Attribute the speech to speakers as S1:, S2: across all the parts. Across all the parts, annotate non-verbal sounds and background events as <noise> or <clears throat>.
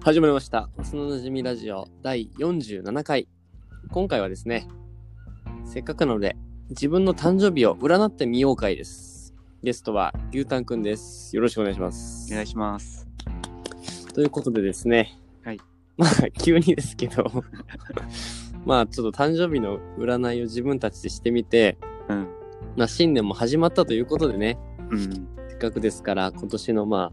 S1: 始まりました。そのなじみラジオ第47回。今回はですね、せっかくなので、自分の誕生日を占ってみよう会です。ゲストは牛タンくんです。よろしくお願いします。
S2: お願いします。
S1: ということでですね、
S2: はい。
S1: まあ、急にですけど、 <laughs> まあ、ちょっと誕生日の占いを自分たちでしてみて、
S2: うん。
S1: まあ、新年も始まったということでね、
S2: うん。
S1: せっかくですから、今年のまあ、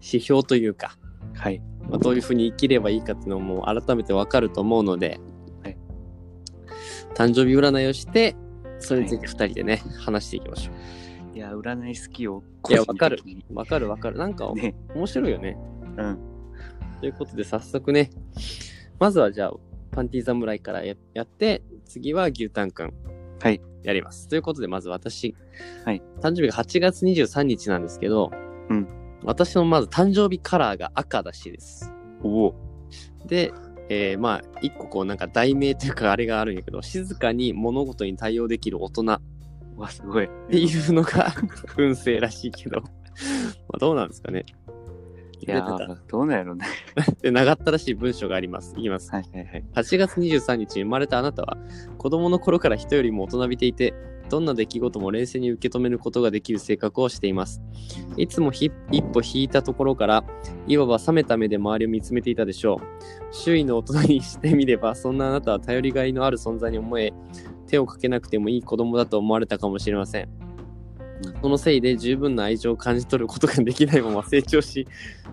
S1: 指標というか、
S2: はい。
S1: まあ、どういうふうに生きればいいかっていうのも改めてわかると思うので、
S2: はい
S1: 誕生日占いをしてそれについて2人でね、話していきましょ
S2: いや、占い好きよ。
S1: いやわかる
S2: 個人的
S1: うわかるわかるなんか
S2: にね。
S1: 面白いよね
S2: うん。
S1: ということで早速ねまずはじゃあパンティ侍からややって次は牛タンくん
S2: はい
S1: やりますということでまず私、
S2: はい
S1: 誕生日が8月23日なんですけど、
S2: うん
S1: 私のまず誕生日カラーが赤だしです
S2: おお。
S1: で、えーまあ一個こうなんか題名というかあれがあるんやけど静かに物事に対応できる大人っ
S2: うわ、すごい。
S1: ていうの
S2: <laughs>
S1: が運勢らしいけどまあどうなんですかね
S2: いや
S1: 出て
S2: ー、どうなんやろうね。 <laughs>
S1: で長ったらしい文章がありますいきます
S2: はいはいはい。
S1: 8月23日に生まれたあなたは子供の頃から人よりも大人びていてどんな出来事も冷静に受け止めることができる性格をしていますいつもひ一歩引いたところから、いわば冷めた目で周りを見つめていたでしょう。周囲の大人にしてみれば、そんなあなたは頼りがいのある存在に思え、手をかけなくてもいい子供だと思われたかもしれません
S2: う。
S1: そのせいで十分な愛情を感じ取ることができないまま成長し、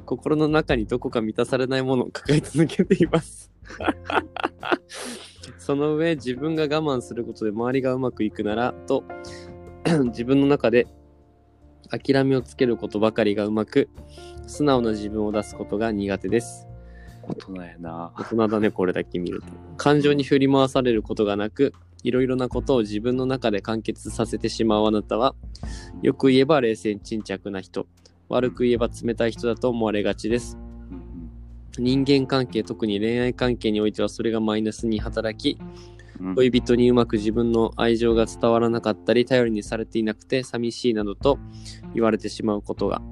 S1: 心の中にどこか満たされないものを抱え続けています。その上、自分が我慢することで周りがうまくいくなら、と、 <clears throat> 自分の中で諦めをつけることばかりがうまく素直な自分を出すことが苦手です
S2: 大人やな。
S1: 大人だねこれだけ見ると感情に振り回されることがなくいろいろなことを自分の中で完結させてしまうあなたはよく言えば冷静沈着な人悪く言えば冷たい人だと思われがちです
S2: うん
S1: 人間関係特に恋愛関係においてはそれがマイナスに働き
S2: うん。うん
S1: 恋人にうまく自分の愛情が伝わらなかったり頼りにされていなくて寂しいなどと言われてしまうことが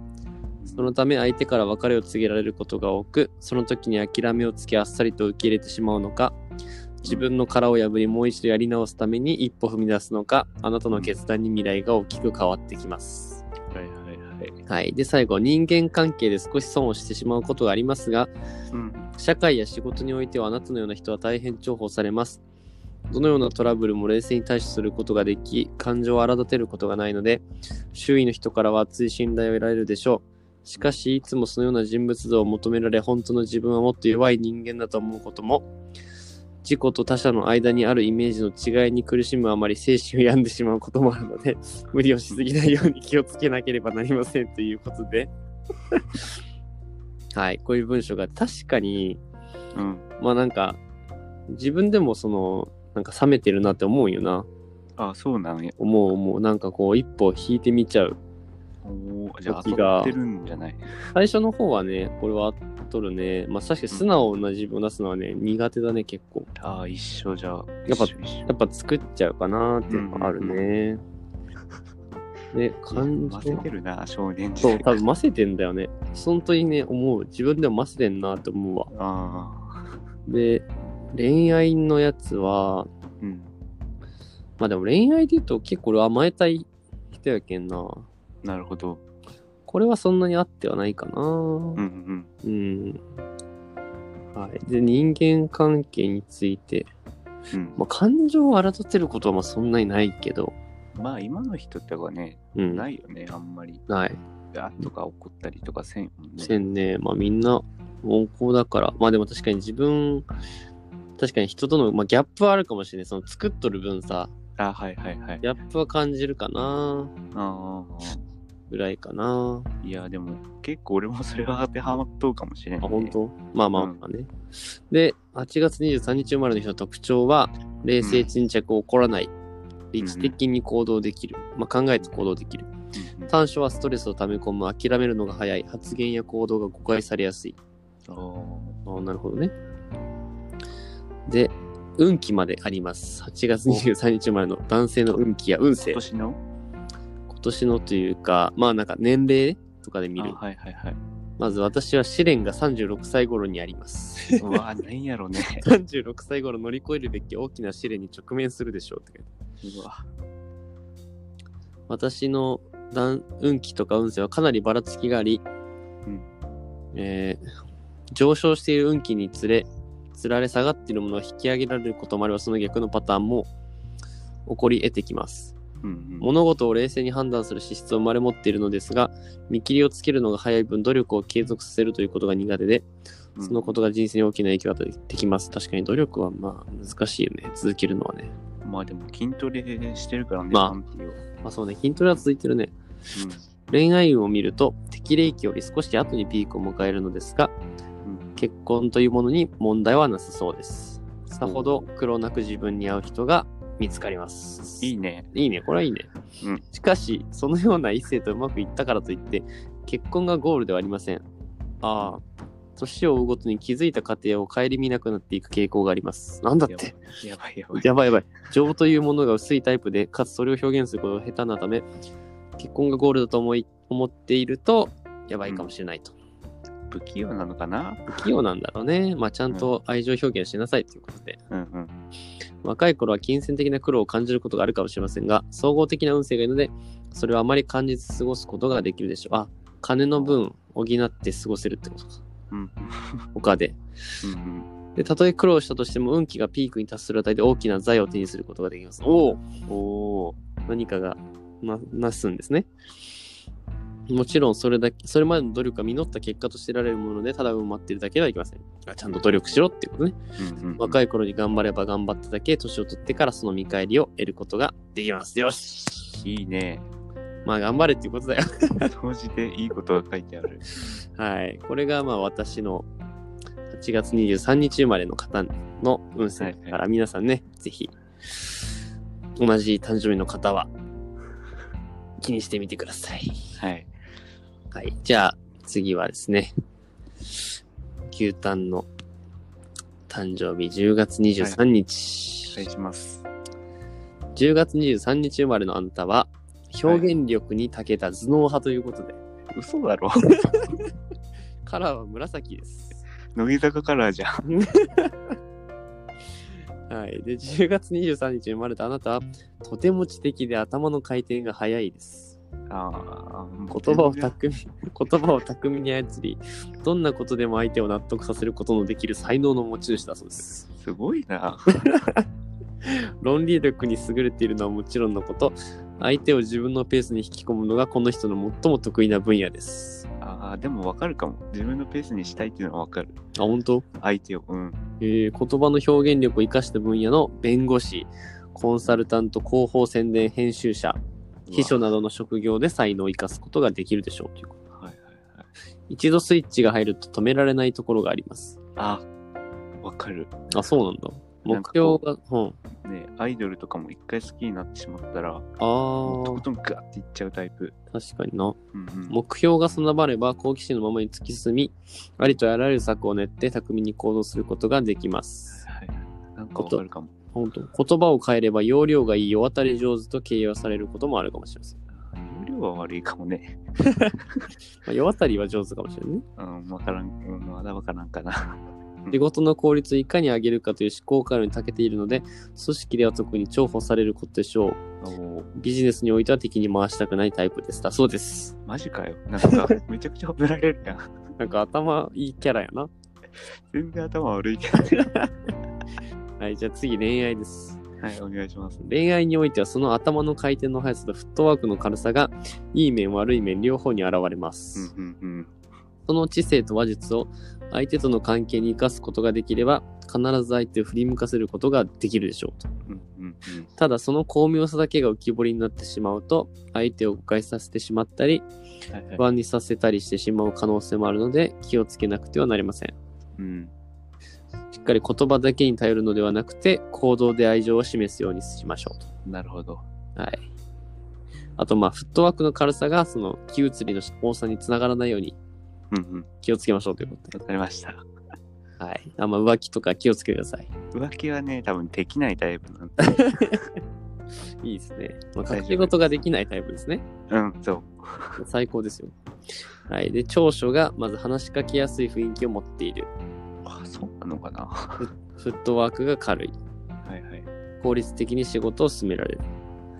S1: そのため相手から別れを告げられることが多くその時に諦めをつけあっさりと受け入れてしまうのか自分の殻を破りもう一度やり直すために一歩踏み出すのかあなたの決断に未来が大きく変わってきます。
S2: はいはいはい。
S1: はい、で最後人間関係で少し損をしてしまうことがありますが
S2: うん。
S1: 社会や仕事においてはあなたのような人は大変重宝されます。どのようなトラブルも冷静に対処することができ、感情を荒立てることがないので、周囲の人からは厚い信頼を得られるでしょう。しかし、いつもそのような人物像を求められ、本当の自分はもっと弱い人間だと思うことも、自己と他者の間にあるイメージの違いに苦しむあまり精神を病んでしまうこともあるので、 <laughs> 無理をしすぎないように気をつけなければなりませんということで、はい、こういう文章が確かに、
S2: うん。
S1: まあなんか、自分でもその、なんか冷めてるなって思うよな。
S2: あ、そうなのよ。
S1: 思う思う。なんかこう、一歩引いてみちゃう。
S2: おお。じゃあ、
S1: 時
S2: 当
S1: が
S2: たってるんじゃない
S1: 最初の方はね、これは合っとるね。まあ確かに素直な自分を出すのはね、苦手だね、結構。
S2: ああ、一緒じゃあ。
S1: やっぱ
S2: 一緒一緒
S1: やっぱ作っちゃうかなっていうのがあるね。で、感
S2: 混ぜ
S1: 情
S2: て。るな、少年時
S1: そう、
S2: 代。
S1: 多分ませてんだよね。本当にね、思う。自分でもませてんなって思うわ。
S2: <laughs> あ
S1: で、恋愛のやつは、
S2: あ。うん。
S1: まあでも恋愛で言うと結構俺甘えたい人やけんな。
S2: なるほど。
S1: これはそんなにあってはないかな。
S2: うんうん。
S1: うん。はい。で、人間関係について。
S2: うん
S1: まあ、感情を荒立てることはまあそんなにないけど。
S2: まあ、今の人ってはね、
S1: うん。。
S2: ないいよね、あんまり。
S1: ない。
S2: あとか怒ったりとかせんもんね。
S1: せんね。まあ、みんな温厚だから。まあ、でも確かに自分、確かに人との、まあ、ギャップはあるかもしれない。その作っとる分さ、
S2: あ、はいはいはい。
S1: ギャップは感じるかな。
S2: あ
S1: ぐらいかな。
S2: あ。いや、でも結構俺もそれは当てはまっとうかもしれん、ね。
S1: あ、本当まあまあまあね。で、8月23日生まれの人の特徴は、冷静沈着を起こらない、理知的に行動できる、まあ、考えて行動できる。
S2: うんうん
S1: 短所はストレスを溜め込む、諦めるのが早い、発言や行動が誤解されやすい。
S2: あ
S1: ああ、なるほどね。で、運気まであります。8月23日生まれの男性の運気や運
S2: ー今
S1: 勢。
S2: 年の
S1: 今年のというか、まあなんか年齢とかで見る
S2: あはいはいはい。
S1: まず私は試練が36歳頃にあります。
S2: <laughs> うわ、なんやろね。
S1: 36歳頃乗り越えるべき大きな試練に直面するでしょうって書いてある
S2: うわ。
S1: 私の段運気とか運勢はかなりばらつきがあり、
S2: うん
S1: えー上昇している運気につれつられ下がっているものを引き上げられることもあればその逆のパターンも起こり得てきます
S2: うんうん。
S1: 物事を冷静に判断する資質を生まれ持っているのですが見切りをつけるのが早い分努力を継続させるということが苦手でそのことが人生に大きな影響を与えてきます確かに努力はまあ難しいよね続けるのはね
S2: うんまあでも筋トレしてるからね、
S1: まあ
S2: パンピーは
S1: まあそうね筋トレは続いてるね恋愛運を見ると適齢期より少し後にピークを迎えるのですが
S2: うん
S1: 結婚というものに問題はなさそうですさほど苦労なく自分に合う人が見つかります
S2: いいね。
S1: いいねこれはいいね、
S2: うん
S1: しかしそのような異性とうまくいったからといって結婚がゴールではありませんああ年を追うごとに気づいた過程を顧みなくなっていく傾向がありますなんだって
S2: やばいやばい。
S1: <laughs> やばいやばい。情というものが薄いタイプで、かつそれを表現することが下手なため、結婚がゴールだと思い思っていると、やばいかもしれないと。
S2: 不器用なのかな
S1: 不器用なんだろうね。まあ、ちゃんと愛情表現しなさいということで。
S2: うんうん。
S1: 若い頃は金銭的な苦労を感じることがあるかもしれませんが、総合的な運勢がいいので、それはあまり感じず過ごすことができるでしょう。あ、金の分補って過ごせるってことか。
S2: うん
S1: 他で。
S2: うん
S1: で、たとえ苦労したとしても、運気がピークに達するあたりで大きな財を手にすることができます。おお
S2: うん。おー。
S1: 何かがななすんですね。もちろんそれだけ、それまでの努力が実った結果として得られるもので、ただ埋まっているだけではいけません。あちゃんと努力しろっていうことね。
S2: うんうん、
S1: 若
S2: い。
S1: い頃に頑張れば頑張っただけ、年を取ってからその見返りを得ることができます。よし
S2: いいね。
S1: まあ頑張れっていうことだよ。
S2: 掃除でいいことが書いてある。
S1: はい。これがまあ私の8月23日生まれの方の運勢だか
S2: はい
S1: ら皆さんね、ぜひ、同じ誕生日の方は気にしてみてください。
S2: はい。
S1: はい。じゃあ、次はですね、牛タンの誕生日10月23日。
S2: お願いします。
S1: 10月23日生まれのあんたは、表現力に長けた頭脳派ということで、
S2: 嘘だろ <laughs>
S1: カラーは紫です。
S2: 乃木坂カラーじゃん。
S1: はい。で、10月23日生まれたあなたは、とても知的で頭の回転が早いです。
S2: ああ、
S1: 言葉を
S2: 全然
S1: 巧み、言葉を巧みに操り、どんなことでも相手を納得させることのできる才能の持ち主だそうです。
S2: すごいな。 <laughs>
S1: 論理力に優れているのはもちろんのこと相手を自分のペースに引き込むのがこの人の最も得意な分野です
S2: ああ、でもわかるかも。自分のペースにしたいっていうのはわかる。
S1: あ本当、
S2: 相手を。うん。
S1: えー言葉の表現力を生かした分野の弁護士コンサルタント広報宣伝編集者秘書などの職業で才能を生かすことができるでしょうということ
S2: うわ。はいはいはい。
S1: 一度スイッチが入ると止められないところがあります
S2: あわかる。
S1: あそうなんだ
S2: なん
S1: 目
S2: かこ
S1: 標
S2: う
S1: がうん
S2: ねアイドルとかも一回好きになってしまったら、
S1: あ
S2: もうとこ
S1: ー
S2: とんガッていっちゃうタイプ。
S1: 確かにな
S2: うんうん。
S1: 目標が定まれば好奇心のままに突き進みありとあらゆる策を練って巧みに行動することができます
S2: はいなんかわかるかも。
S1: 本当言葉を変えれば要領がいい世渡り上手と形容されることもあるかもしれません、ま
S2: 容量は悪いかもね。
S1: あ、世渡りは上手かもしれないね
S2: うん、わからん。うんまだわからんかな。
S1: 仕事の効率をいかに上げるかという思考回路に長けているので組織では特に重宝されることでしょう
S2: おー
S1: ビジネスにおいては敵に回したくないタイプですだそうです
S2: マジかよ。なん
S1: <laughs>
S2: か、めちゃくちゃぶられるやん。
S1: なんか頭いいキャラやな
S2: 全然頭悪いけど
S1: <laughs>
S2: ね。
S1: はいじゃあ次恋愛です
S2: はい、お願いします。
S1: 恋愛においてはその頭の回転の速さとフットワークの軽さがいい面悪い面両方に現れます、
S2: うんうんうん。
S1: その知性と話術を相手との関係に生かすことができれば必ず相手を振り向かせることができるでしょうと
S2: うんうんうん。
S1: ただその巧妙さだけが浮き彫りになってしまうと相手を誤解させてしまったり
S2: はいはい
S1: 不安にさせたりしてしまう可能性もあるので気をつけなくてはなりません
S2: うん。
S1: しっかり言葉だけに頼るのではなくて行動で愛情を示すようにしましょうと
S2: なるほど。
S1: はい。あと、まあ、フットワークの軽さが、その、気移りの多さにつながらないように
S2: うんうん。
S1: 気をつけましょうということで。
S2: わかりました。
S1: はい。あんま浮気とか気をつけてください。
S2: 浮気はね、多分できないタイプなんで。
S1: いいですね。まあ、
S2: 大丈夫
S1: 隠し事ができないタイプですね。
S2: うん、そう。
S1: 最高ですよ。はい。で、長所が、まず話しかけやすい雰囲気を持っている。
S2: あ、そうなのかなは
S1: フットワークが軽い。
S2: いはい。
S1: 効率的に仕事を進められる。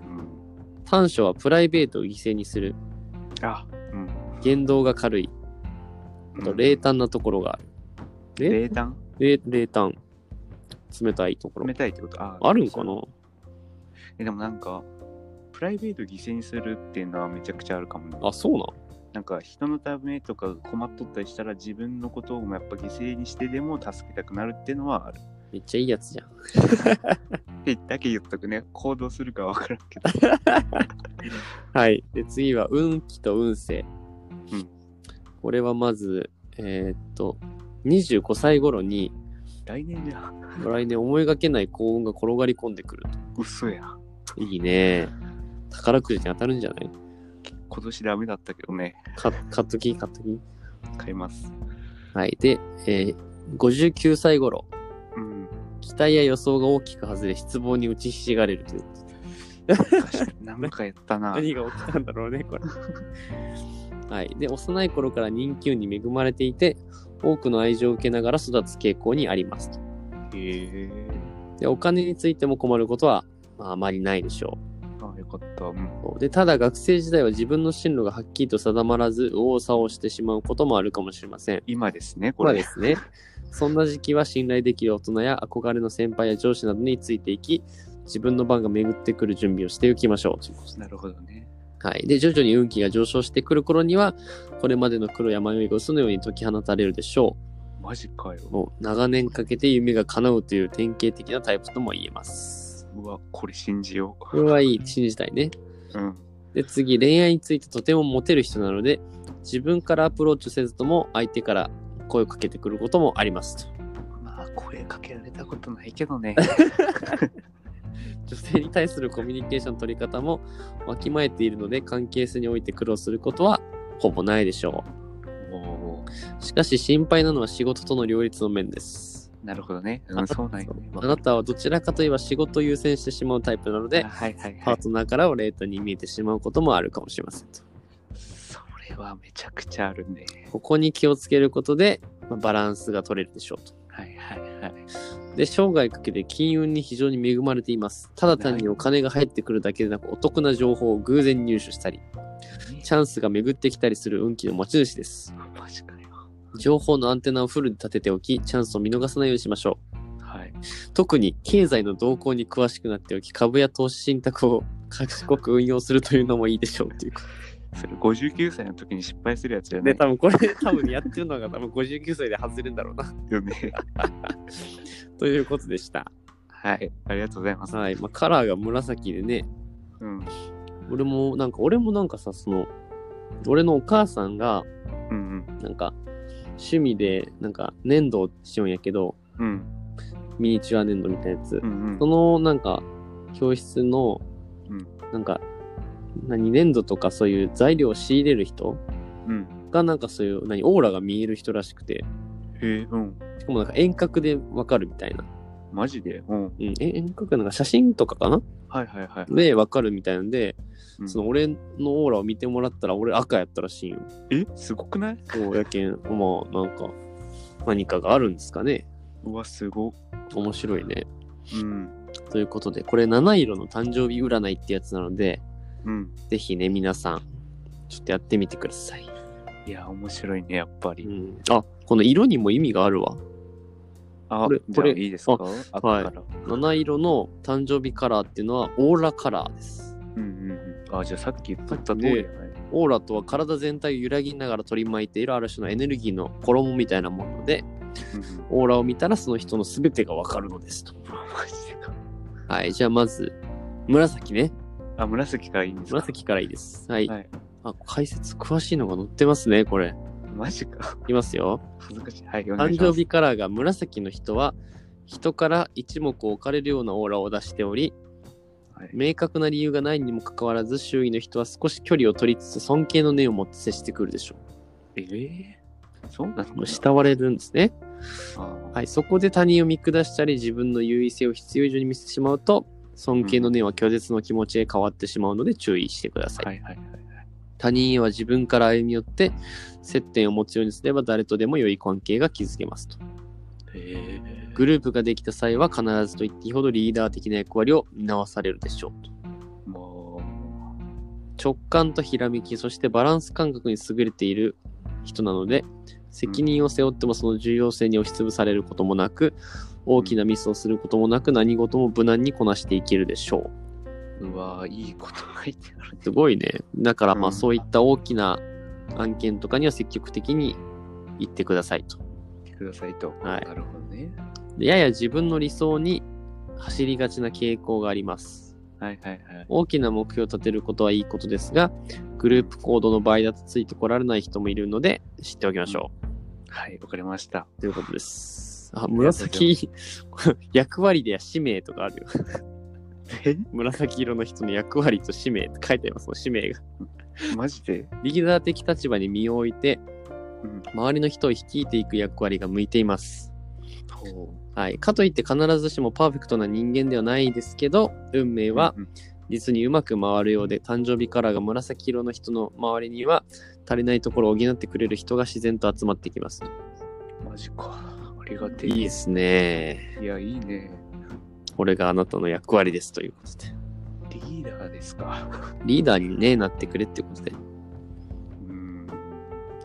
S2: うん。
S1: 短所はプライベートを犠牲にする。
S2: あ、うん。
S1: 言動が軽い。あと、冷淡なところがある。え
S2: 冷淡
S1: 冷冷淡。冷たいところ
S2: 冷。たいってことあ
S1: あるんかな
S2: え、でもなんか、プライベート犠牲にするっていうのはめちゃくちゃあるかもね。
S1: あ、そうなん
S2: なんか人のためとか困っとったりしたら自分のことをもやっぱ犠牲にしてでも助けたくなるっていうのはある。
S1: めっちゃいいやつじゃん。
S2: ってだけ言っとくね。行動するかわからん
S1: <laughs>
S2: けど。
S1: はい。で、次は、運気と運勢。
S2: うん
S1: これはまず、えーっと、25歳頃に、
S2: 来年じゃん。
S1: 来年思いがけない幸運が転がり込んでくる
S2: 嘘や。
S1: と。いいね。宝くじに当たるんじゃない
S2: 今年ダメだったけどね。
S1: か買っとき、買っとき。
S2: 買います。
S1: はい。で、えー59歳頃、
S2: うん。
S1: 期待や予想が大きく外れ、失望に打ちひしがれるという。
S2: なんかやったな。
S1: 何が起きたんだろうね、これ。はい。で、幼い頃から人気運に恵まれていて、多くの愛情を受けながら育つ傾向にありますと。
S2: え
S1: で、お金についても困ることは、まあ、あまりないでしょ
S2: あ、よかった。うん。
S1: う。で、ただ学生時代は自分の進路がはっきりと定まらず、右往左往してしまうこともあるかもしれません。
S2: 今ですね、こ
S1: まあ
S2: れ。
S1: ですね。そんな時期は信頼できる大人や憧れの先輩や上司などについていき、自分の番が巡ってくる準備をしておきましょうということです。
S2: なるほどね。
S1: はい。で、徐々に運気が上昇してくる頃には、これまでの苦労や迷いが嘘のように解き放たれるでしょ
S2: マジかよ
S1: う。。もう長年かけて夢が叶うという典型的なタイプとも言えます。
S2: うわ、これ信じよ
S1: これはいい、信じたいね。
S2: う。うん。
S1: で、次、恋愛についてとてもモテる人なので、自分からアプローチせずとも相手から声をかけてくることもありますと。
S2: まあ、声かけられたことないけどね。
S1: 女性に対するコミュニケーションの取り方もわきまえているので関係性において苦労することはほぼないでしょ
S2: <laughs> おー
S1: うしかし心配なのは仕事との両立の面です
S2: なるほどね。うん、そうなんよね。
S1: あなたはどちらかといえば仕事を優先してしまうタイプなので
S2: あはいはいは
S1: パ
S2: い
S1: ー。トナーからを冷淡に見えてしまうこともあるかもしれませんと
S2: それはめちゃくちゃあるね。
S1: ここに気をつけることでまあバランスが取れるでしょうと
S2: はいはいはい。
S1: で生涯かけて金運に非常に恵まれていますただ単にお金が入ってくるだけでなくお得な情報を偶然入手したりチャンスが巡ってきたりする運気の持ち主です
S2: マジかよ。
S1: 情報のアンテナをフルで立てておき、チャンスを見逃さないようにしましょ
S2: はい。
S1: う。特に経済の動向に詳しくなっておき、株や投資信託を賢く運用するというのもいいでしょうっていうこと
S2: それ59歳の時に失敗するやつじゃな
S1: で、
S2: い
S1: 多分これ、多分やってるのが多分59歳で外れるんだろうな。
S2: よね。
S1: ということでした。
S2: <laughs> はい。ありがとうございます。
S1: はい。まあ、カラーが紫でね、
S2: うん。
S1: 俺もなんか、俺もなんかさ、その、俺のお母さんが、
S2: うん
S1: なんか、趣味で、なんか、粘土をしようんやけど、
S2: うん。うん。
S1: ミニチュア粘土みたいなやつ
S2: う。ん
S1: そのなんか教室の、
S2: うん
S1: なんか何粘土とかそういう材料を仕入れる人
S2: うん。うん。
S1: がなんかそういう何オーラが見える人らしくて
S2: へえ、うん。
S1: しかもなんか遠隔でわかるみたいな、
S2: マジでうん。
S1: うん、え遠隔なんか写真とかかな
S2: はいはいはい。
S1: でわかるみたいなんで、
S2: うん
S1: その俺のオーラを見てもらったら俺赤やったらしいんよ
S2: え、すごくない
S1: そうやけんまあなんか何かがあるんですかね
S2: うわ、すご。
S1: 面白いね
S2: うん。
S1: ということでこれ七色の誕生日占いってやつなので
S2: うん。
S1: ぜひね皆さんちょっとやってみてください
S2: いや、面白いね、やっぱ
S1: う
S2: り。
S1: ん、あこの色にも意味があるわ。
S2: あ
S1: これ、
S2: じゃあ
S1: これ
S2: いいですかあ
S1: はい
S2: から。
S1: 七色の誕生日カラーっていうのはオーラカラーです。
S2: うんうんうん。あ、じゃあさっき言っとった通りやね。
S1: オーラとは体全体を揺らぎながら取り巻いているある種のエネルギーの衣みたいなもので、
S2: うんうん
S1: オーラを見たらその人の全てがわかるのですと。
S2: マジでか。
S1: はい、じゃあまず、紫ね。
S2: あ、紫からいいんですか
S1: 紫からいいです。はい。
S2: はい
S1: あ解説詳しいのが載ってますね、これ。
S2: マジか。
S1: いきますよ。
S2: 恥ずかしい。はい、お願
S1: 誕
S2: いしま
S1: 生
S2: す
S1: 日カラーが紫の人は、人から一目置かれるようなオーラを出しており、
S2: はい
S1: 明確な理由がないにもかかわらず周囲の人は少し距離を取りつつ尊敬の念を持って接してくるでしょ
S2: ええそうな
S1: う。
S2: の
S1: 慕われるんですね、
S2: あ
S1: はい、そこで他人を見下したり自分の優位性を必要以上に見せてしまうと尊敬の念は拒絶の気持ちへ変わってしまうので注意してください、
S2: はいはいはい。
S1: 他人へは自分から歩み寄って接点を持つようにすれば誰とでも良い関係が築けますと。
S2: へえ。
S1: グループができた際は必ずと言っていいほどリーダー的な役割を担わされるでしょうと。
S2: も
S1: 直感とひらめきそしてバランス感覚に優れている人なので責任を背負ってもその重要性に押しつぶされることもなく大きなミスをすることもなく何事も無難にこなしていけるでしょ
S2: う、うわーいいこと書いてある
S1: う。すごいねだからま
S2: う
S1: あ
S2: ん
S1: そういった大きな案件とかには積極的に行ってくださいと
S2: ねくださいと。
S1: はい
S2: なるほどね。
S1: でやや自分の理想に走りがちな傾向があります
S2: はいはいはい。
S1: 大きな目標を立てることはいいことですがグループ行動の場合だとついてこられない人もいるので知っておきましょう
S2: はい、わかりました。
S1: ということです。あ、
S2: りがとうございます
S1: 紫、 <laughs> 役割でや使命とかあるよ。 <laughs>
S2: え
S1: 紫色の人の役割と使命って書いてあります、その使命が。
S2: マジで
S1: リーダー的立場に身を置いて、
S2: うん。
S1: 周りの人を率いていく役割が向いています。
S2: ほ
S1: はい。かといって必ずしもパーフェクトな人間ではないですけど、運命
S2: う
S1: は
S2: うん
S1: 実にうまく回るようで、誕生日カラーが紫色の人の周りには、足りないところを補ってくれる人が自然と集まってきます。
S2: マジか。ありがてえ。
S1: いいですね。
S2: いや、いいね。
S1: これがあなたの役割ですということで。
S2: リーダーですか。
S1: リーダーにね、なってくれってことで。
S2: うん。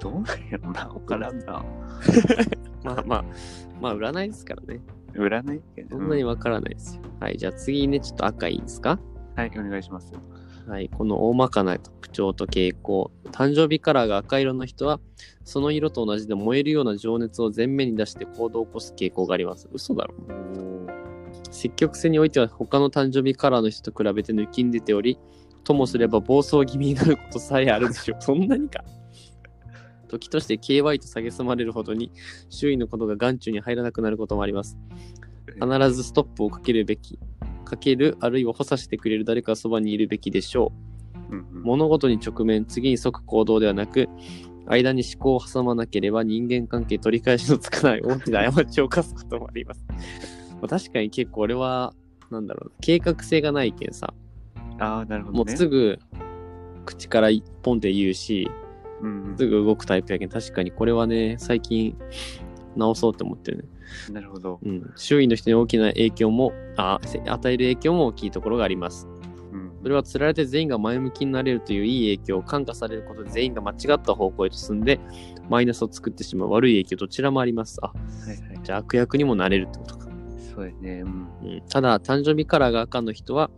S2: どうなんやろな。わからんな。
S1: ま <laughs> あまあ、まあ占いですからね。
S2: 占い
S1: そんなにわからないですよ。はい、じゃあ次ね、ちょっと赤いいですか
S2: はい、お願いします。
S1: はい、この大まかな特徴と傾向。誕生日カラーが赤色の人は、その色と同じで燃えるような情熱を前面に出して行動を起こす傾向があります。嘘だろ。積極性においては他の誕生日カラーの人と比べて抜きん出ており、ともすれば暴走気味になることさえあるでしょう。 <laughs> そんなにか。時として KY と蔑まれるほどに周囲のことが眼中に入らなくなることもあります。必ずストップをかけるべき。かける、あるいは補佐してくれる誰かがそばにいるべきでしょう。
S2: うんうん
S1: 物事に直面次に即行動ではなく間に思考を挟まなければ人間関係取り返しのつかない大きな過ちを犯すこともありますまあ確かに結構俺はなんだろうな計画性がないけんさ
S2: ああ、なるほ
S1: も
S2: ど、ね。
S1: うすぐ口から一本で言うし
S2: うんうん
S1: すぐ動くタイプやけん確かにこれはね最近直そうって思ってるね、
S2: なるほど。
S1: うん、周囲の人に大きな影響もあせ与える影響も大きいところがあります
S2: うん
S1: それは釣られて全員が前向きになれるといういい影響を感化されることで全員が間違った方向へと進んでマイナスを作ってしまう悪い影響どちらもあります。あ、
S2: はいはい。
S1: じゃあ悪役にもなれるってことか。
S2: そうやね。うん。
S1: うん、ただ、誕生日カラーが赤の人は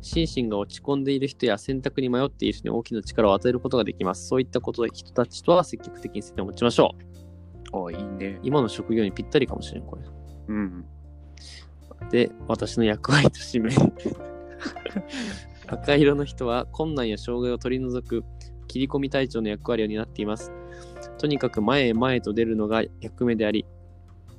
S1: 心身が落ち込んでいる人や選択に迷っている人に大きな力を与えることができます。そういったこと人たちとは積極的に接点を持ちましょう。
S2: ああ、いいね。
S1: 今の職業にぴったりかもしれん、これ。
S2: うん。
S1: で私の役割と使命赤色の人は困難や障害を取り除く切り込み隊長の役割を担っていますとにかく前へ前へと出るのが役目であり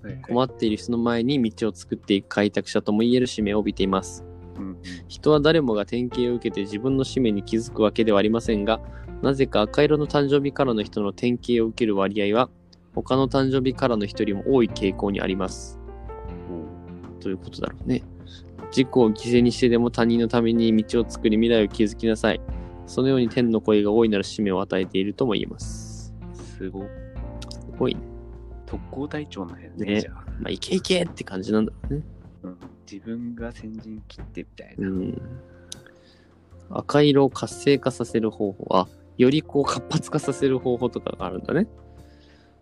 S2: はいはい
S1: 困っている人の前に道を作っていく開拓者ともいえる使命を帯びています
S2: うんうん
S1: 人は誰もが典型を受けて自分の使命に気づくわけではありませんがなぜか赤色の誕生日からの人の典型を受ける割合は他の誕生日からの人よりも多い傾向にありますということだろうね。自己を犠牲にしてでも他人のために道を作り未来を築きなさい。そのように天の声が大いなる使命を与えているとも言えます。
S2: すごい。
S1: すごいね。
S2: 特攻隊長なんやね。
S1: ね
S2: じゃあ、
S1: まあ、いけいけって感じなんだろうね。
S2: うん。自分が先陣切ってみたいうな。
S1: ん。赤色を活性化させる方法は、よりこう活発化させる方法とかがあるんだね。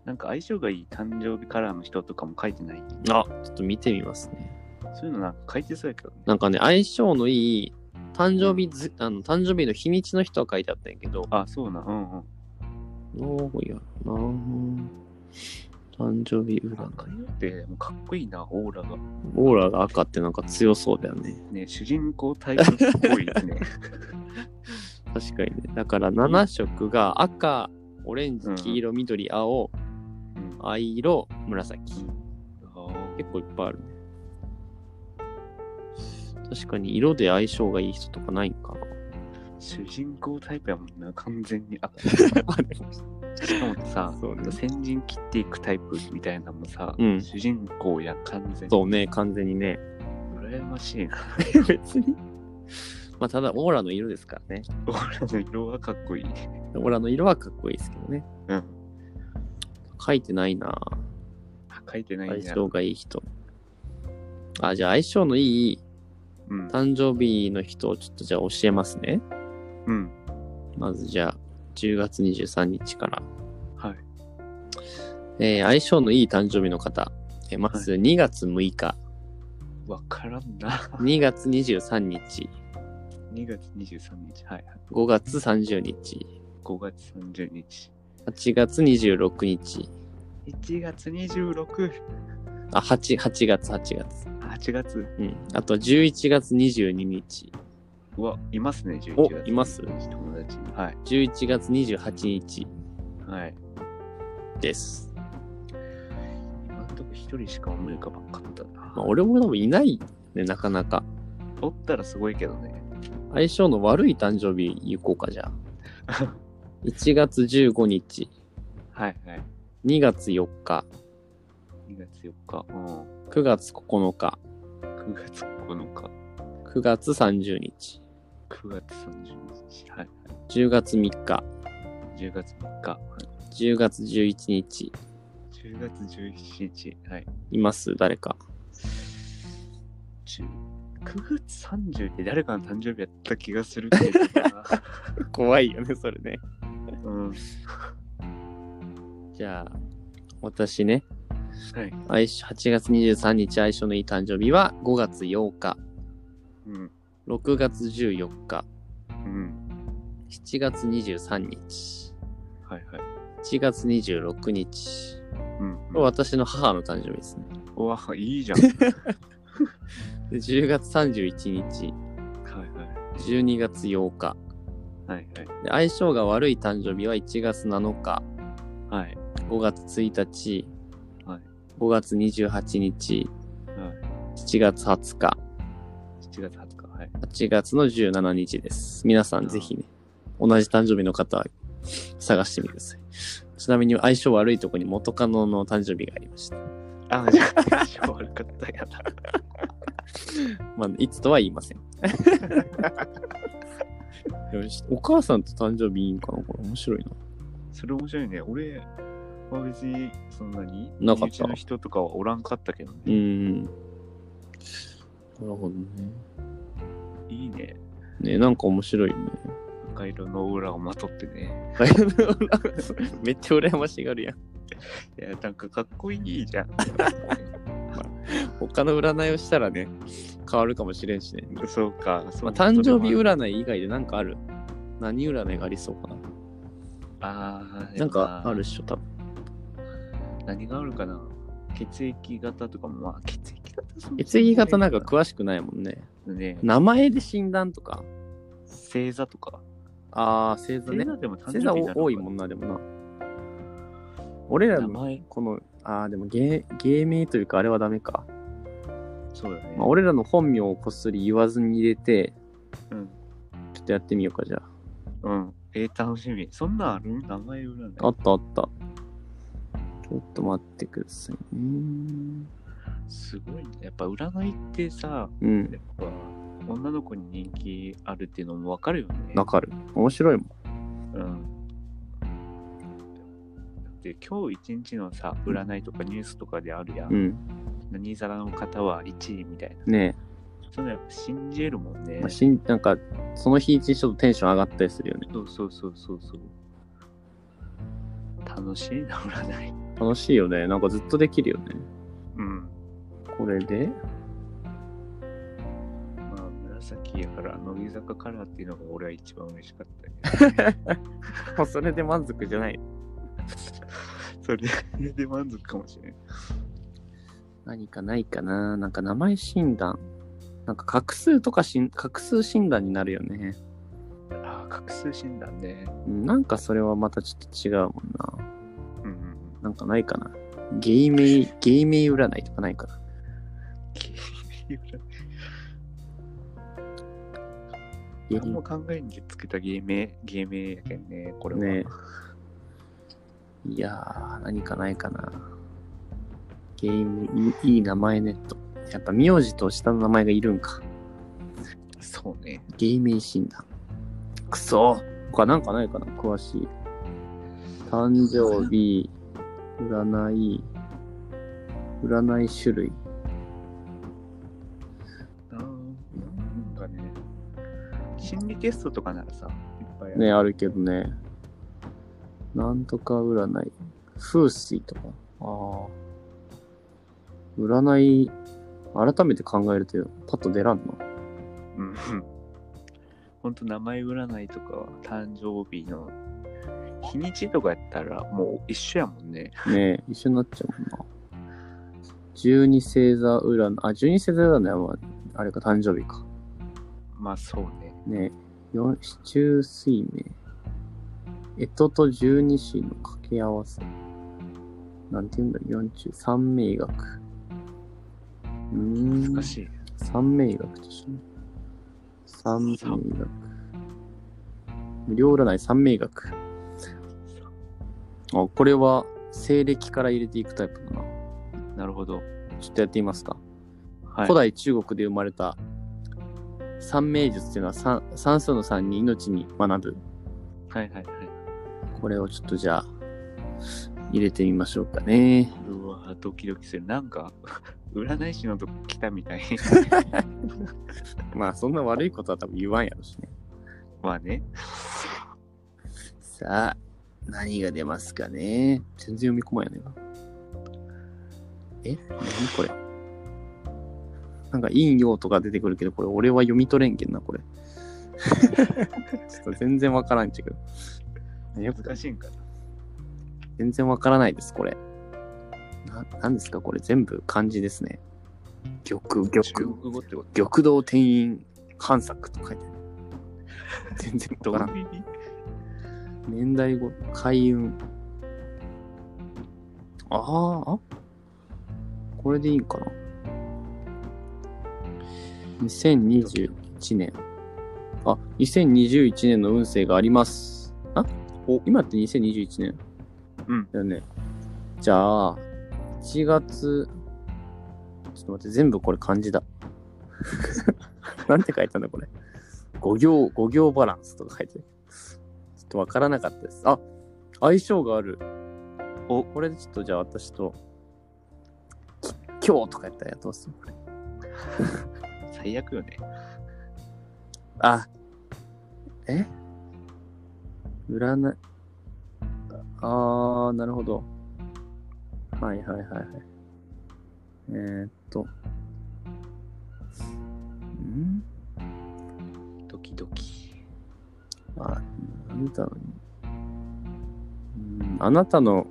S2: なんか相性がいい誕生日カラーの人とかも書いてない。
S1: あ、ちょっと見てみますね。
S2: そういうのなんか書いてそうやけどね。
S1: なんかね、相性のいい、誕生日ず、あの、誕生日の日にちの人は書いてあったんやけど、
S2: あ、そうな。うんうん。
S1: どうやろな。誕生日占い。
S2: で、もうかっこいいな、オーラが。
S1: オーラが赤ってなんか強そうだよね。
S2: ね、主人公隊長っぽ
S1: <laughs>
S2: いですね。
S1: 確かにね。だから7色が赤、オレンジ
S2: うん、
S1: 黄色、緑、青、
S2: うん
S1: 藍色、紫。
S2: あー
S1: 結構いっぱいあるね。確かに色で相性がいい人とかないんかな。
S2: 主人公タイプやもんな、完全
S1: <laughs>
S2: に。あ <laughs> しかもさ、
S1: そうね
S2: 先陣切っていくタイプみたいなのもさ、
S1: うん
S2: 主人公や完全に。 <laughs>
S1: そうね、完全にね。
S2: 羨ましいな。
S1: 別に。まあ、ただ、オーラの色ですからね。
S2: オーラの色はかっこいい。
S1: オーラの色はかっこいいですけどね。
S2: うん。
S1: 書いてないなぁ
S2: あ書いてないん
S1: 相
S2: だ。
S1: 性がいい人。あ、じゃあ相性のいい
S2: うん。
S1: 誕生日の人をちょっとじゃあ教えますね。
S2: うん。
S1: まずじゃあ、10月23日から。
S2: はい。
S1: えー相性のいい誕生日の方。えーまず2月6日、
S2: わからんな。
S1: 2月23日、
S2: 2月23日。はい。
S1: 5月30日、
S2: 5月30日。
S1: 8月26日、
S2: 1月26。
S1: あ、8、8月、8月。
S2: 8月。
S1: うん。あと11月22日、
S2: うわ、いますね、11
S1: お
S2: 月。
S1: います
S2: 友達に。はい。
S1: 11月28日
S2: はい。
S1: です。
S2: 今んとこ一人しか思い浮かばんかったな。
S1: まあ、俺も多分いないね、なかなか。
S2: おったらすごいけどね。
S1: 相性の悪い誕生日行こうか、じゃあ。1月15日、
S2: はいはい。
S1: 2月4日、
S2: 2月4日。うん。
S1: 9月9日、
S2: 9月9日。
S1: 9月30日、
S2: 9月30日。はい。
S1: 10月3日、
S2: 10月3日。はい
S1: 10月11日、
S2: 10月17日。はい。
S1: います誰か。
S2: 10 9月30って誰かの誕生日やった気がするけどな。 <laughs>
S1: 怖いよね、それね。
S2: うん。はい。
S1: じゃあ、私ね、相性8月23日相性のいい誕生日は5月8日、
S2: うん。
S1: 6月14日、
S2: うん。
S1: 7月23日、
S2: はいはい。
S1: 7月26日、
S2: うん。
S1: これ私の母の誕生日ですね。
S2: うわ、いい <laughs> じゃん。
S1: で10月31日、
S2: はいはい。
S1: 12月8日。
S2: はいはい。
S1: で相性が悪い誕生日は1月7日、
S2: はい。
S1: 5月1日、
S2: はい
S1: 5月28日、
S2: は
S1: 7月20日、
S2: 7月20日。 <laughs> はい。
S1: 8月の17日です。皆さんぜひね、同じ誕生日の方は探してみてください。ちなみに相性悪いとこに元カノの誕生日がありました。
S2: あ、 <laughs> じゃあ、しょ悪かったやな。
S1: まあ、いつとは言いませ
S2: <laughs>
S1: ん。よしお母さんと誕生日いいんかなこれ面白いな。
S2: それ面白いね。俺は別にそんなに
S1: なかった
S2: 身内の人とかはおらんかったけど
S1: う
S2: ね。
S1: ん。なるほどね。
S2: いいね。
S1: ねなんか面白いよね。 <laughs>
S2: 赤色のオーラをまとってね。
S1: めっちゃ羨ましがるやん。
S2: いや、なんかかっこいいじゃん。
S1: 他の占いをしたらね、変わるかもしれんしね。
S2: そうか。そ
S1: まあ、
S2: う
S1: 誕生日
S2: それも
S1: 占い以外でなんかある何占いがありそうかな
S2: あーでも
S1: なんかあるっしょ、多
S2: 何があるかな血液型とかも、まあ、血液型そん
S1: 分。
S2: な
S1: 血液型なんか詳しくないもんね。
S2: ね。
S1: 名前で診断とか。
S2: 星座とか。
S1: ああ、星座
S2: 星
S1: ね。
S2: 座でも誕生
S1: 星
S2: 日
S1: 座
S2: になるのか
S1: 多いもんな、でもな。俺ら
S2: 名
S1: の
S2: 前
S1: この、ああ、でも芸芸名というかあれはダメか。
S2: そうだね。
S1: まあ、俺らの本名をこっそり言わずに入れて、
S2: うん。
S1: ちょっとやってみようか、じゃ
S2: うん。えー、楽しみ。そんなんある名前占い。
S1: あ。あったあった。ちょっと待ってくださいね。
S2: すごいね。やっぱ占いってさ、
S1: うん
S2: や、っぱ女の子に人気あるっていうのもわかるよね。
S1: わかる。面白いもん。
S2: うん。だって今日一日のさ、占いとかニュースとかであるやん。
S1: うん。
S2: 何皿の方は1位みたいな。
S1: ねえ。
S2: そんなやっぱ信じるもんね
S1: まあ、。しんなんかその日一日ちょっとテンション上がったりするよね
S2: そうそうそうそうそう。楽しいな、占い。
S1: 楽しいよねなんかずっとできるよね
S2: うん。
S1: これで
S2: まあ、紫やから、乃木坂カラーっていうのが俺は一番嬉し
S1: <laughs>
S2: かったけどね
S1: も <laughs> うそれで満足じゃない
S2: それで満足かもしれん。
S1: 何かないかななんか名前診断なんか画数とかしん画数診断になるよね
S2: ああ、画数診断ね。
S1: うんなんかそれはまたちょっと違うもんな
S2: うんうんうん。
S1: なんかないかな芸名芸名占いとかないかな芸
S2: 何も考えんでつけた芸名、芸名やけんね、これは。
S1: ねいやー何かないかな芸名いいいい名前ネットやっぱ名字と下の名前がいるんか
S2: そうね。
S1: 芸名診断。くそ他なんかないかな詳しい。誕生日、占い、占い種類。
S2: なんかね、心理テストとかならさ、いっぱいある。
S1: ね、あるけどね。なんとか占い。風水とか。ああ。占い、改めて考えると、パッと出らんな。
S2: うんうん。ほんと、名前占いとか、誕生日の日にちとかやったら、もう一緒やもんね。
S1: ねえ、一緒になっちゃうもんな。十二星座占い。あ、十二星座占いは、まあ、あれか、誕生日か。
S2: まあ、そうね。
S1: ねえ、よ四中水明。えとと十二支の掛け合わせ。なんて言うんだろう、四中、三名学。うーん。
S2: 難しい。
S1: 三名学としてね。三名学。無料占い三名学。あ、これは西暦から入れていくタイプだな。
S2: なるほど。
S1: ちょっとやってみますか。
S2: はい。
S1: 古代中国で生まれた三名術というのは算算数の三に命に学ぶ。
S2: はいはいはい。
S1: これをちょっとじゃあ、入れてみましょうかね。
S2: うわ、ドキドキする。なんか、 <laughs> 占い師のとこ来たみたい。 <laughs>
S1: まあ、そんな悪いことは多分言わんやろしね。
S2: まあね。
S1: さあ、何が出ますかね。全然読み込まんやねんな。え何これなんか陰陽とか出てくるけど、これ俺は読み取れんけんな、これ。 <laughs> ちょっと全然わからんちゃけど。よく
S2: 難しいんかな。
S1: 全然わからないです、これ。な、なんですか、これ全部漢字ですね。玉、玉、
S2: 中国語ってこと
S1: 玉堂天院反作と書いてある。全然わ
S2: ど
S1: か
S2: う
S1: ら
S2: い
S1: ん。
S2: う意味
S1: 年代語、開運。あーあ、これでいいんかな。2021年。あ、2021年の運勢があります。あお、今って2021年
S2: うん。
S1: だよね。じゃあ、1月、ちょっと待って、全部これ漢字だ。 <laughs> なんて書いたんだ、これ。五行、五行バランスとか書いてある。ちょっとわからなかったです。あ、相性がある。お、これでちょっとじゃあ私と、き今日とかやったらどうするこれ。
S2: 最悪よね。
S1: あ、え占い。あー、なるほど。はいはいはいはい。えー、っと。ん
S2: ドキド
S1: <laughs>
S2: キ。
S1: あ、なんだろううんあなたの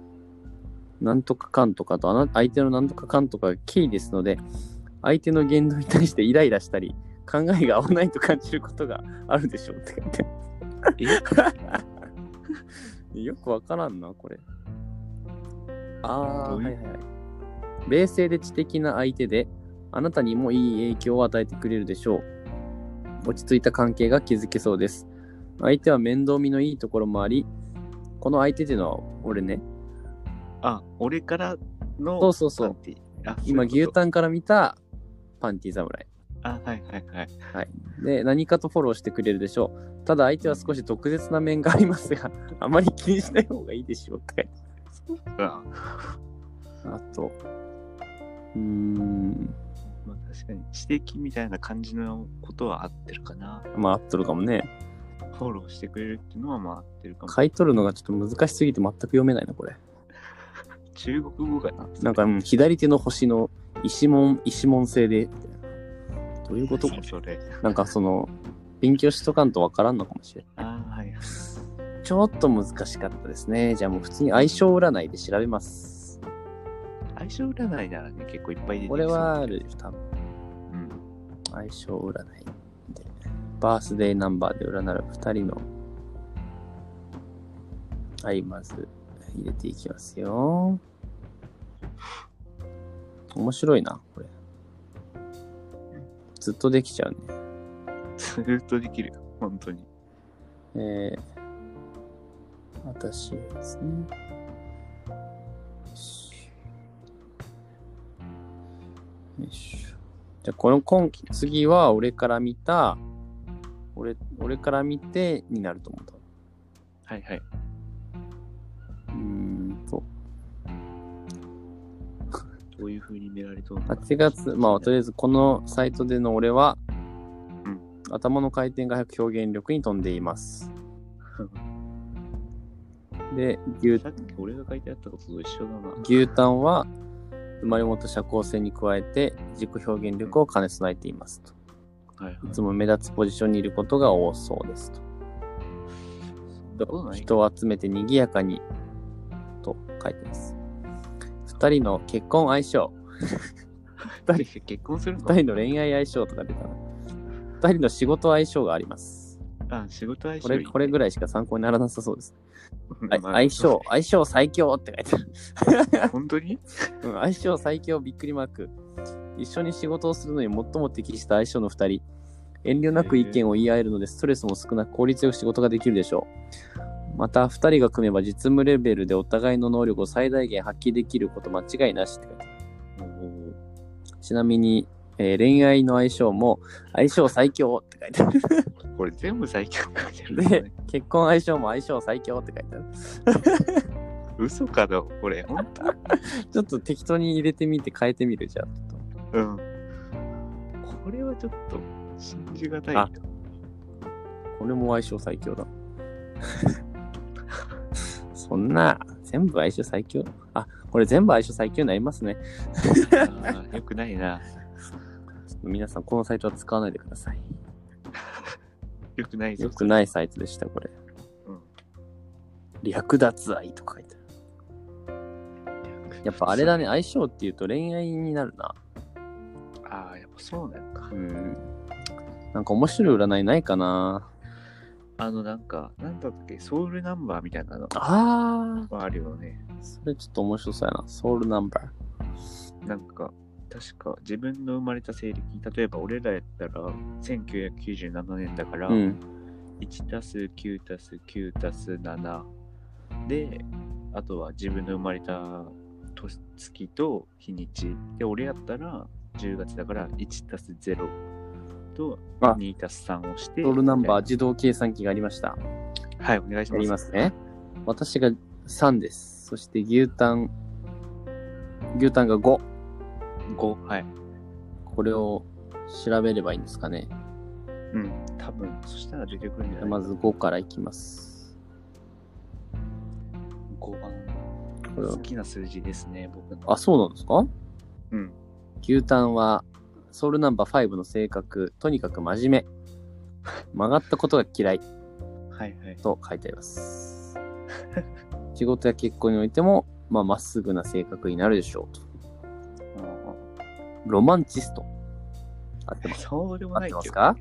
S1: なんとかかんとかとあな相手のなんとかかんとかがキーですので、相手の言動に対してイライラしたり、考えが合わないと感じることがあるでしょうって書いてある
S2: え
S1: よくわからんな、これ。ああ
S2: ど
S1: ー、
S2: う
S1: はいいうはいはい。冷静で知的な相手で、あなたにもいい影響を与えてくれるでしょう。落ち着いた関係が築けそうです。相手は面倒見のいいところもあり、この相手っていうのは俺ね、
S2: あ、俺からの
S1: そうそうそう
S2: パンティあ
S1: 今牛
S2: ン。
S1: タンから見たパンティ侍。
S2: あ、はいはいはい。
S1: で、何かとフォローしてくれるでしょう。ただ相手は少し毒舌な面がありますが、あまり気にしない方がいいでしょうって。
S2: あ
S1: あと、うーん。
S2: まあ、確かに指摘みたいな感じのことは合ってるかな。
S1: まあ合っとるかもね。
S2: フォローしてくれるっていうのはまあ合ってるかも。
S1: 買い取るのがちょっと難しすぎて全く読めないな、これ。
S2: 中国語かな。
S1: なんか、うん、左手の星の石門、石門製で、どういうことか
S2: 何。それ。
S1: なんかその、勉強しとかんとわからんのかもしれん。
S2: あはいはい。
S1: ちょっと難しかったですね。じゃあもう普通に相性占いで調べます。
S2: 相性占いならね、結構いっぱい出てきそう
S1: これはあるでしょ、多分。
S2: うん。
S1: 相性占いでバースデーナンバーで占う2人のはいまず入れていきますよ面白いなこれずっとできちゃうね
S2: ずーっとできるよ。本当に。
S1: えー、私ですね。よしょよいしょ。じゃあ、この今期、次は俺から見た俺俺から見てになると思うと。
S2: はいはい。
S1: うーんと。
S2: どういう風に見られとるのか
S1: 8月、まあ、とりあえずこのサイトでの俺は、
S2: うん
S1: 頭の回転が早く表現力に富んでいます。で、牛
S2: さっき俺が書いてあったことと一緒だな。
S1: 牛タンは生まれ持った社交性に加えて自己表現力を兼ね備えていますと。
S2: はいはい
S1: いつも目立つポジションにいることが多そうですと。
S2: そうなんや
S1: 人を集めて賑やかにと書いてます。二人の結婚相性、
S2: 二人結婚するの
S1: 二人の恋愛相性とか出たな。二人の仕事相性があります。
S2: あ、仕事相性
S1: これ、これぐらいしか参考にならなさそうです。あ
S2: <laughs>
S1: 相
S2: れ
S1: 性、相性最強って書いて
S2: 本当に
S1: ある。うん相性最強びっくりマーク。一緒に仕事をするのに最も適した相性の二人。遠慮なく意見を言い合えるので、ストレスも少なく効率よく仕事ができるでしょう。また、二人が組めば実務レベルでお互いの能力を最大限発揮できること間違いなしって書いてある
S2: おー
S1: ちなみに、えー恋愛の相性も相性最強って書いてある。
S2: これ全部最強書いてる、
S1: で
S2: <laughs> ね。、
S1: 結婚相性も相性最強って書いてある。
S2: 嘘かなこれ、本
S1: ちょっと適当に入れてみて変えてみるじゃん。ちょっと
S2: 当うん。これはちょっと信じがたいよ
S1: あ。これも相性最強だ。 <laughs> そんな、全部相性最強。あ、これ全部相性最強になりますね。
S2: よくないな。
S1: ちょっと皆さん、このサイトは使わないでください。
S2: よくないぞ
S1: よ。くないサイトでした、これ。
S2: うん
S1: 略奪愛とか書いてある。やっぱあれだね、相性っていうと恋愛になるな。
S2: ああ、やっぱそうなんか。
S1: うん。なんか面白い占いないかな。
S2: あの、なんか、なんだっけ、ソウルナンバーみたいなの
S1: あ
S2: はあるよね。
S1: ー、それちょっと面白そうやな。ソウルナンバー。
S2: なんか、確か自分の生まれた西暦、例えば俺らやったら1997年だから、
S1: うん。
S2: 1たす9たす9たす7で、あとは自分の生まれた年月と日にち。で、俺やったら10月だから1たす0と
S1: あ
S2: 2たす3をして。
S1: ソウルナンバー自動計算機がありました。
S2: はい、お願いし
S1: や
S2: ます。
S1: りますね。私が3です。そして牛タン、牛タンが5。
S2: 5、はい。
S1: これを調べればいいんですかね。
S2: うん、多分、そしたら出てくるんじゃない
S1: まず5からいきます。
S2: 5番。
S1: これは
S2: 好きな数字ですね、僕の。
S1: あ、そうなんですか
S2: うん。
S1: 牛タンはソウルナンバー5の性格、とにかく真面目。 <laughs> 曲がったことが嫌い
S2: はいはい。
S1: と書いてあり
S2: <laughs>
S1: ます。仕事や結婚においても、まあ、まっすぐな性格になるでしょうと。ロマンチスト。合ってま
S2: でも
S1: す。
S2: <laughs> そうでも
S1: 合っ
S2: な
S1: て
S2: いけ
S1: ま
S2: ど
S1: すか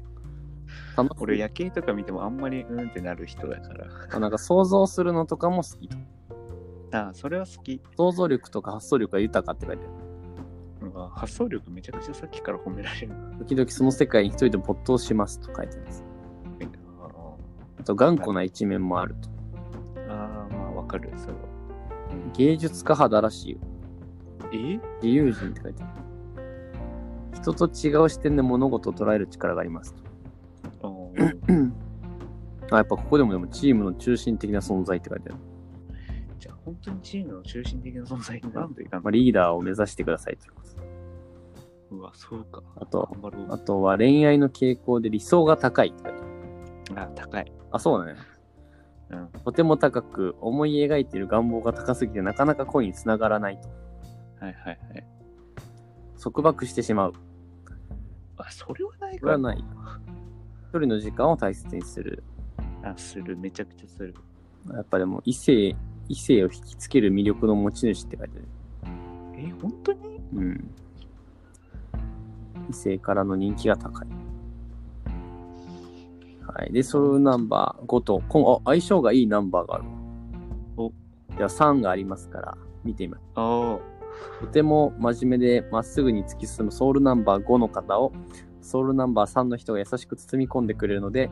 S1: 楽しい
S2: 俺夜景とか見てもあんまりうんってなる人だから。
S1: あなんか想像するのとかも好きと。
S2: あそれは好き。
S1: 想像力とか発想力が豊かって書いてある。
S2: うんあ発想力めちゃくちゃさっきから褒められるな。
S1: 時々その世界に一人で没頭しますと書いてあります。あと頑固な一面もあると。
S2: あーあー、まあわかる、それは。
S1: 芸術家肌らしいよ。
S2: え
S1: 自由人って書いてある。人と違う視点で物事を捉える力がありますと。<laughs>
S2: あー
S1: あ、やっぱここでもでもチームの中心的な存在って書いてある。
S2: じゃあ本当にチームの中心的な存在になんでいたの
S1: まあ、リーダーを目指してくださいということ。
S2: うわ、そうか。
S1: あと、
S2: 頑張ろ
S1: あ
S2: う。
S1: とは恋愛の傾向で理想が高いって書いてある。
S2: あ、高い。
S1: あ、そうだね。
S2: うん
S1: とても高く、思い描いている願望が高すぎてなかなか恋につながらないと。
S2: はいはいはい。
S1: 束縛してしまう。
S2: あ、それはない
S1: こ
S2: か
S1: れ
S2: ら
S1: はない。一人の時間を大切にする。
S2: あ、する。めちゃくちゃする。
S1: やっぱでも、異性、異性を引きつける魅力の持ち主って書いてある。
S2: え、本当に
S1: うん。異性からの人気が高い。はい。で、ソロナンバー5と、こんあ、相性がいいナンバーがある。
S2: お
S1: では3がありますから、見てみましょう
S2: あ
S1: と
S2: あ。
S1: ても真面目でまっすぐに突き進むソウルナンバー5の方をソウルナンバー3の人が優しく包み込んでくれるので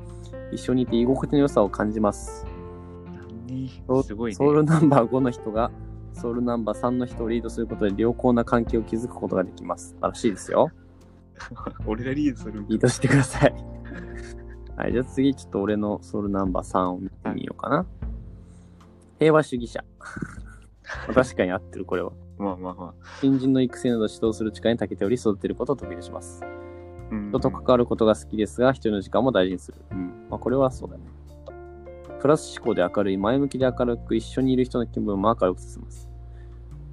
S1: 一緒にいて居心地の良さを感じます。
S2: 何
S1: ソ
S2: すごいね。
S1: ソウルナンバー5の人がソウルナンバー3の人をリードすることで良好な関係を築くことができます。素晴らしいですよ。
S2: 俺がリードするんだ
S1: リードしてください。 <laughs> はい、じゃあ次、ちょっと俺のソウルナンバー3を見てみようかな。平和主義者。 <laughs> 確かに合ってる、これは。
S2: まあまあま
S1: 新人の育成など指導する力に長けており、育てることを得意とします。
S2: あ。うん
S1: 人と関わることが好きですが、一人の時間も大事にする。うん。まあ、これはそうだね。プラス思考で明るい、前向きで明るく、一緒にいる人の気分も明るくさせます。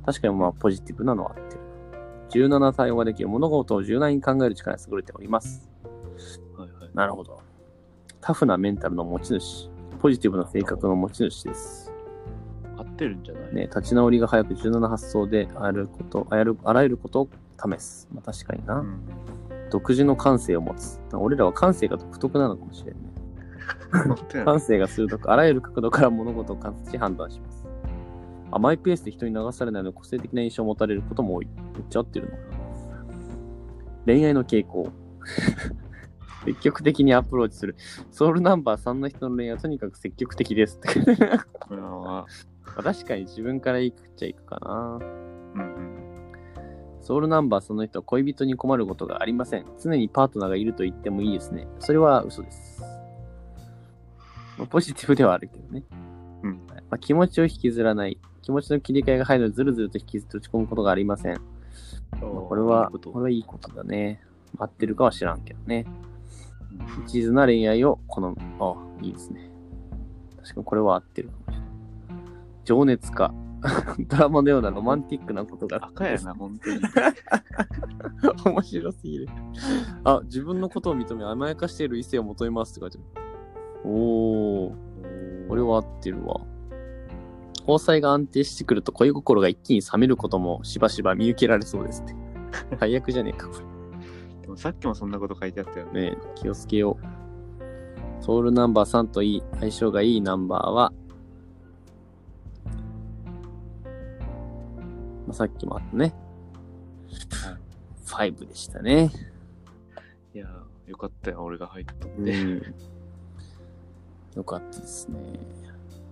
S1: 確かにまあ、ポジティブなのは合ってる。柔軟な対応ができる、物事を柔軟に考える力に優れております。
S2: はいはい。
S1: なるほど。タフなメンタルの持ち主、ポジティブな性格の持ち主です。
S2: 合ってるんじゃない、
S1: ね、立ち直りが早く柔軟な発想であること、あやるあらゆることを試す。まあ、確かにな、
S2: うん、
S1: <laughs> 独自の感性を持つ。俺らは感性が独特なのかもしれんね。
S2: 合ってない
S1: 感性が鋭く、あらゆる角度から物事を観察し判断します。あマイペースで人に流されないので個性的な印象を持たれることも多い。めっちゃ合ってるな。恋愛の傾向。 <laughs> 積極的にアプローチする。ソウルナンバー3の人の恋愛はとにかく積極的です。 <laughs>
S2: これは、
S1: まあ確かに自分から行くっちゃ行くかな。
S2: うん
S1: ソウルナンバーその人は恋人に困ることがありません。常にパートナーがいると言ってもいいですね。それは嘘です。まあポジティブではあるけどね。
S2: うん
S1: まあ気持ちを引きずらない。気持ちの切り替えが入るのでずるずると引きずって落ち込むことがありません。
S2: うん。
S1: まあこれはい
S2: いこと
S1: これはいいことだね。合ってるかは知らんけどね。
S2: うん
S1: 一途な恋愛を好む。あいいですね。確かにこれは合ってるかもしれない。情熱家。 <laughs> ドラマのようなロマンティックなことが
S2: 赤やな、本当に。
S1: <laughs> 面白すぎる。あ、自分のことを認め、甘やかしている異性を求めますって書いてある。おお、これは合ってるわ。交際が安定してくると恋心が一気に冷めることもしばしば見受けられそうですって。 <laughs> 最悪じゃねえか、こ
S2: でもさっきもそんなこと書いてあったよね。
S1: れ。ねえ気をつけよう。ソウルナンバー3といい、相性がいいナンバーは、まあ、さっきもあったね。5でしたね。
S2: いやー、よかったよ、俺が入っとって。
S1: うんよかったですね。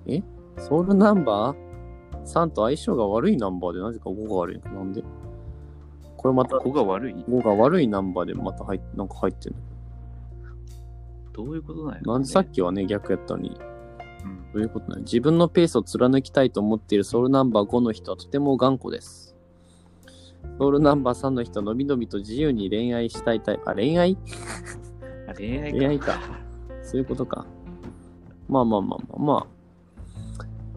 S1: えソウルナンバー ?3 と相性が悪いナンバーでなぜか5が悪いのなんでこれまた
S2: ここが悪い
S1: 5が悪いナンバーでまた入っなんか入ってる
S2: どういうことなんやろ
S1: な
S2: うんね
S1: でさっきはね逆やったのに
S2: うん
S1: どういうことなの自分のペースを貫きたいと思っているソウルナンバー5の人はとても頑固です。ソウルナンバー3の人はのびのびと自由に恋愛したいタイプ。あ、恋愛
S2: あ恋愛か。
S1: 恋愛か。そういうことか。まあまあまあまあまあ。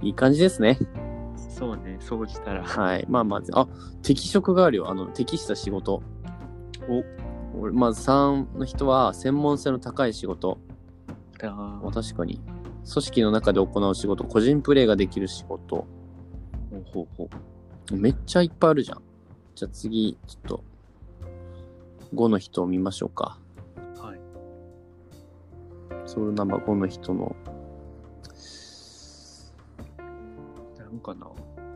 S1: いい感じですね。
S2: <laughs> そうね、そうしたら。
S1: はい。まあまあ、あ、適職があるよ。あの、適した仕事。俺、まず3の人は、専門性の高い仕事。
S2: あ
S1: まあ
S2: ー
S1: 確かに。組織の中で行う仕事。個人プレイができる仕事。
S2: ほうほうほう。
S1: めっちゃいっぱいあるじゃん。じゃあ次、ちょっと、5の人を見ましょうか。
S2: はい。
S1: ソウルナンバー5の人の。
S2: なんかな。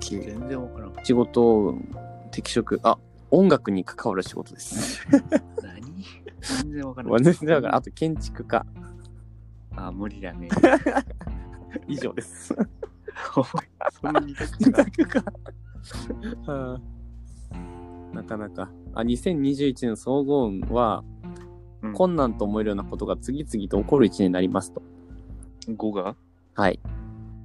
S2: 全然わからん。
S1: 仕事運、適職。あ、音楽に関わる仕事です。 <laughs>
S2: 何全然わから
S1: まあ
S2: ん。
S1: 全然だからん、あと建築家。
S2: あー、無理だ
S1: <laughs>
S2: ね。
S1: 以上です。
S2: そんなに
S1: 建築 <laughs> 家。はあなかなか。あ、2021年総合運は、
S2: うん
S1: 困難と思えるようなことが次々と起こる一年になりますと。
S2: 語が
S1: はい。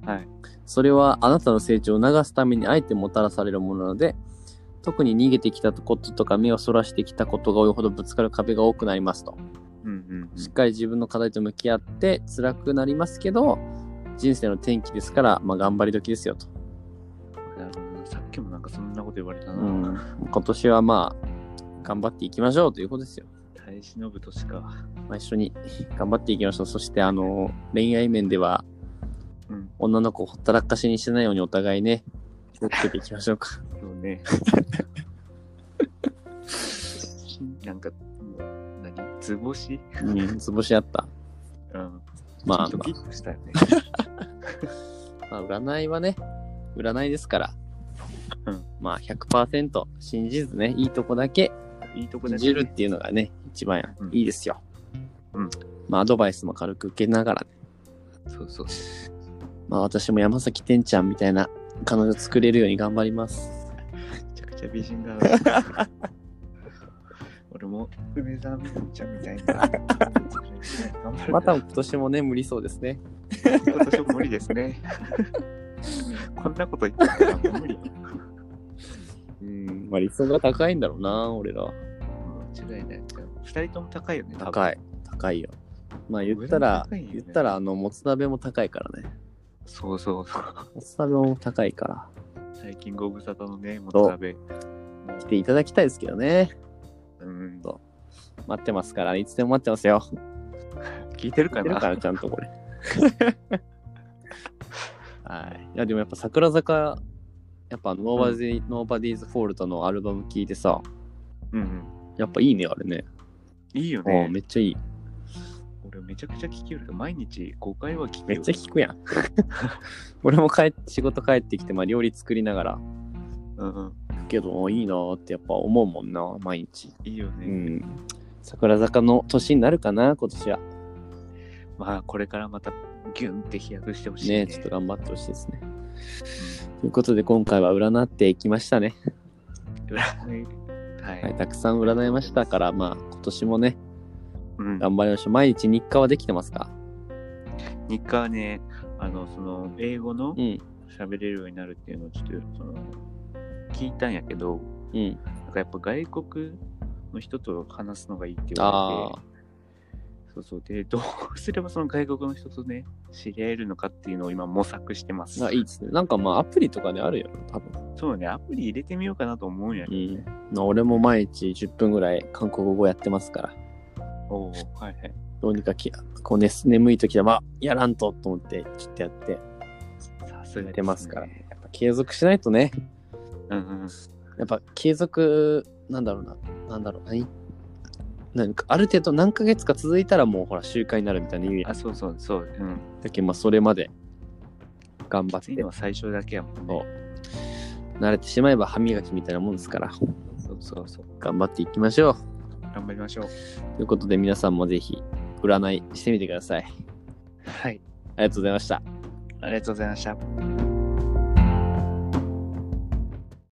S2: はい。
S1: それはあなたの成長を促すためにあえてもたらされるものなので、特に逃げてきたこととか目をそらしてきたことが多いほどぶつかる壁が多くなりますと。
S2: うんうん
S1: しっかり自分の課題と向き合って辛くなりますけど、人生の転機ですから、まあ頑張り時ですよと。
S2: うん。なるほどな。さっきもなんかそんなこと言われた
S1: う
S2: な。
S1: ん、今年はまあ、頑張っていきましょうということですよ。
S2: 耐え忍ぶ年か。
S1: まあ、一緒に頑張っていきましょう。そして、あの、恋愛面では、
S2: うん。
S1: 女の子をほったらかしにしないようにお互いね、気をつけていきましょう
S2: <laughs>
S1: か。
S2: そうね。なんか、もう、何図星
S1: うん、図星あった。
S2: うん。
S1: まあまあ
S2: ドキッとしたよ <laughs> ね。
S1: まあ、占いはね、占いですから。
S2: うん
S1: まあ100%信じずね、いいとこだけ
S2: いいとこだ
S1: 信
S2: ね
S1: じるっていうのがね、一番
S2: うん
S1: いいですよ。
S2: うん
S1: まあアドバイスも軽く受けながらね、
S2: そうそう。
S1: まあ私も山崎天ちゃんみたいな彼女作れるように頑張ります。
S2: <laughs> めちゃくちゃ美人だな。俺も梅沢みずちゃんみたい <laughs> な。頑張る
S1: また今年もね、無理そうですね。
S2: 今年も無理です <laughs> ね。こんなこと言ってたらもう無理よ。
S1: うん、まあ理想が高いんだろうな、俺ら。
S2: 間違いない。二人とも高いよね。多分
S1: 高い。高いよ。まあ言ったら、
S2: 上も高いよね
S1: 言ったら、あの、もつ鍋も高いからね。
S2: そうそうそう。
S1: もつ鍋も高いから。
S2: 最近ご無沙汰のね、もつ鍋。
S1: 来ていただきたいですけどね。
S2: うん。
S1: 待ってますから、いつでも待ってますよ。
S2: 聞いてる
S1: 聞
S2: か
S1: いてる
S2: な
S1: かな、ちゃんとこれ。 <laughs> はい。いや、でもやっぱ桜坂、やっぱノーバディ、ノーバディーズフォールトのアルバム聞いてさ、
S2: うんうん。
S1: やっぱいいね、あれね。
S2: いいよ
S1: ああ
S2: ね。
S1: めっちゃいい。
S2: 俺めちゃくちゃ聞きよるけど、毎日5回は聞く
S1: め
S2: よ。
S1: っちゃ聞くやん。 <laughs> 俺も帰っ仕事帰ってきて、まあ料理作りながら、
S2: うんうん。
S1: けどいいなーってやっぱ思うもんな、毎日。
S2: いいよ
S1: う
S2: ね。
S1: ん。桜坂の年になるかな、今年は。
S2: まあ、これからまたギュンって飛躍してほしいね。
S1: ね、ちょっと頑張ってほしいですね。ということで、今回は占っていきましたね。
S2: うんは。
S1: はいい、たくさん占いましたから、まあ、今年もね、
S2: うん
S1: 頑張りましょう。毎日日課はできてますか
S2: 日課はね、あの、その、英語の
S1: うん。
S2: 喋れるようになるっていうのをちょっと、その、聞いたんやけど、
S1: うん。
S2: なんかやっぱ外国の人と話すのがいいって言わ
S1: あ
S2: れて、そうそう。で、どうすればその外国の人とね、知り合えるのかっていうのを今模索してます。
S1: ーあ、いいですね。なんかまあ、アプリとかであるよね、多分。
S2: そうね、アプリ入れてみようかなと思うんやけ
S1: う
S2: どね。
S1: ん。まあ、俺も毎日10分ぐらい韓国語やってますから、
S2: おおはいはい。
S1: どうにかき、こう、ね、眠い時は、まあ、やらんとと思って、ちょっとやって、
S2: さすがです、
S1: や
S2: ね。
S1: ってますから。やっぱ継続しないとね、
S2: うんうん。
S1: やっぱ継続、なんだろうな、なんだろう、何なんかある程度何ヶ月か続いたらもうほら習慣になるみたいな意味
S2: あ、そうそうそう。うん。
S1: だけどまあそれまで頑張っ
S2: 次の
S1: て
S2: は最初だけやもんね。
S1: 慣れてしまえば歯磨きみたいなもんですから
S2: そうそうそう。
S1: 頑張っていきましょう
S2: 頑張りましょう。
S1: ということで皆さんもぜひ占いしてみてくださいあ
S2: はい。
S1: りがとうございました
S2: ありがとうございました。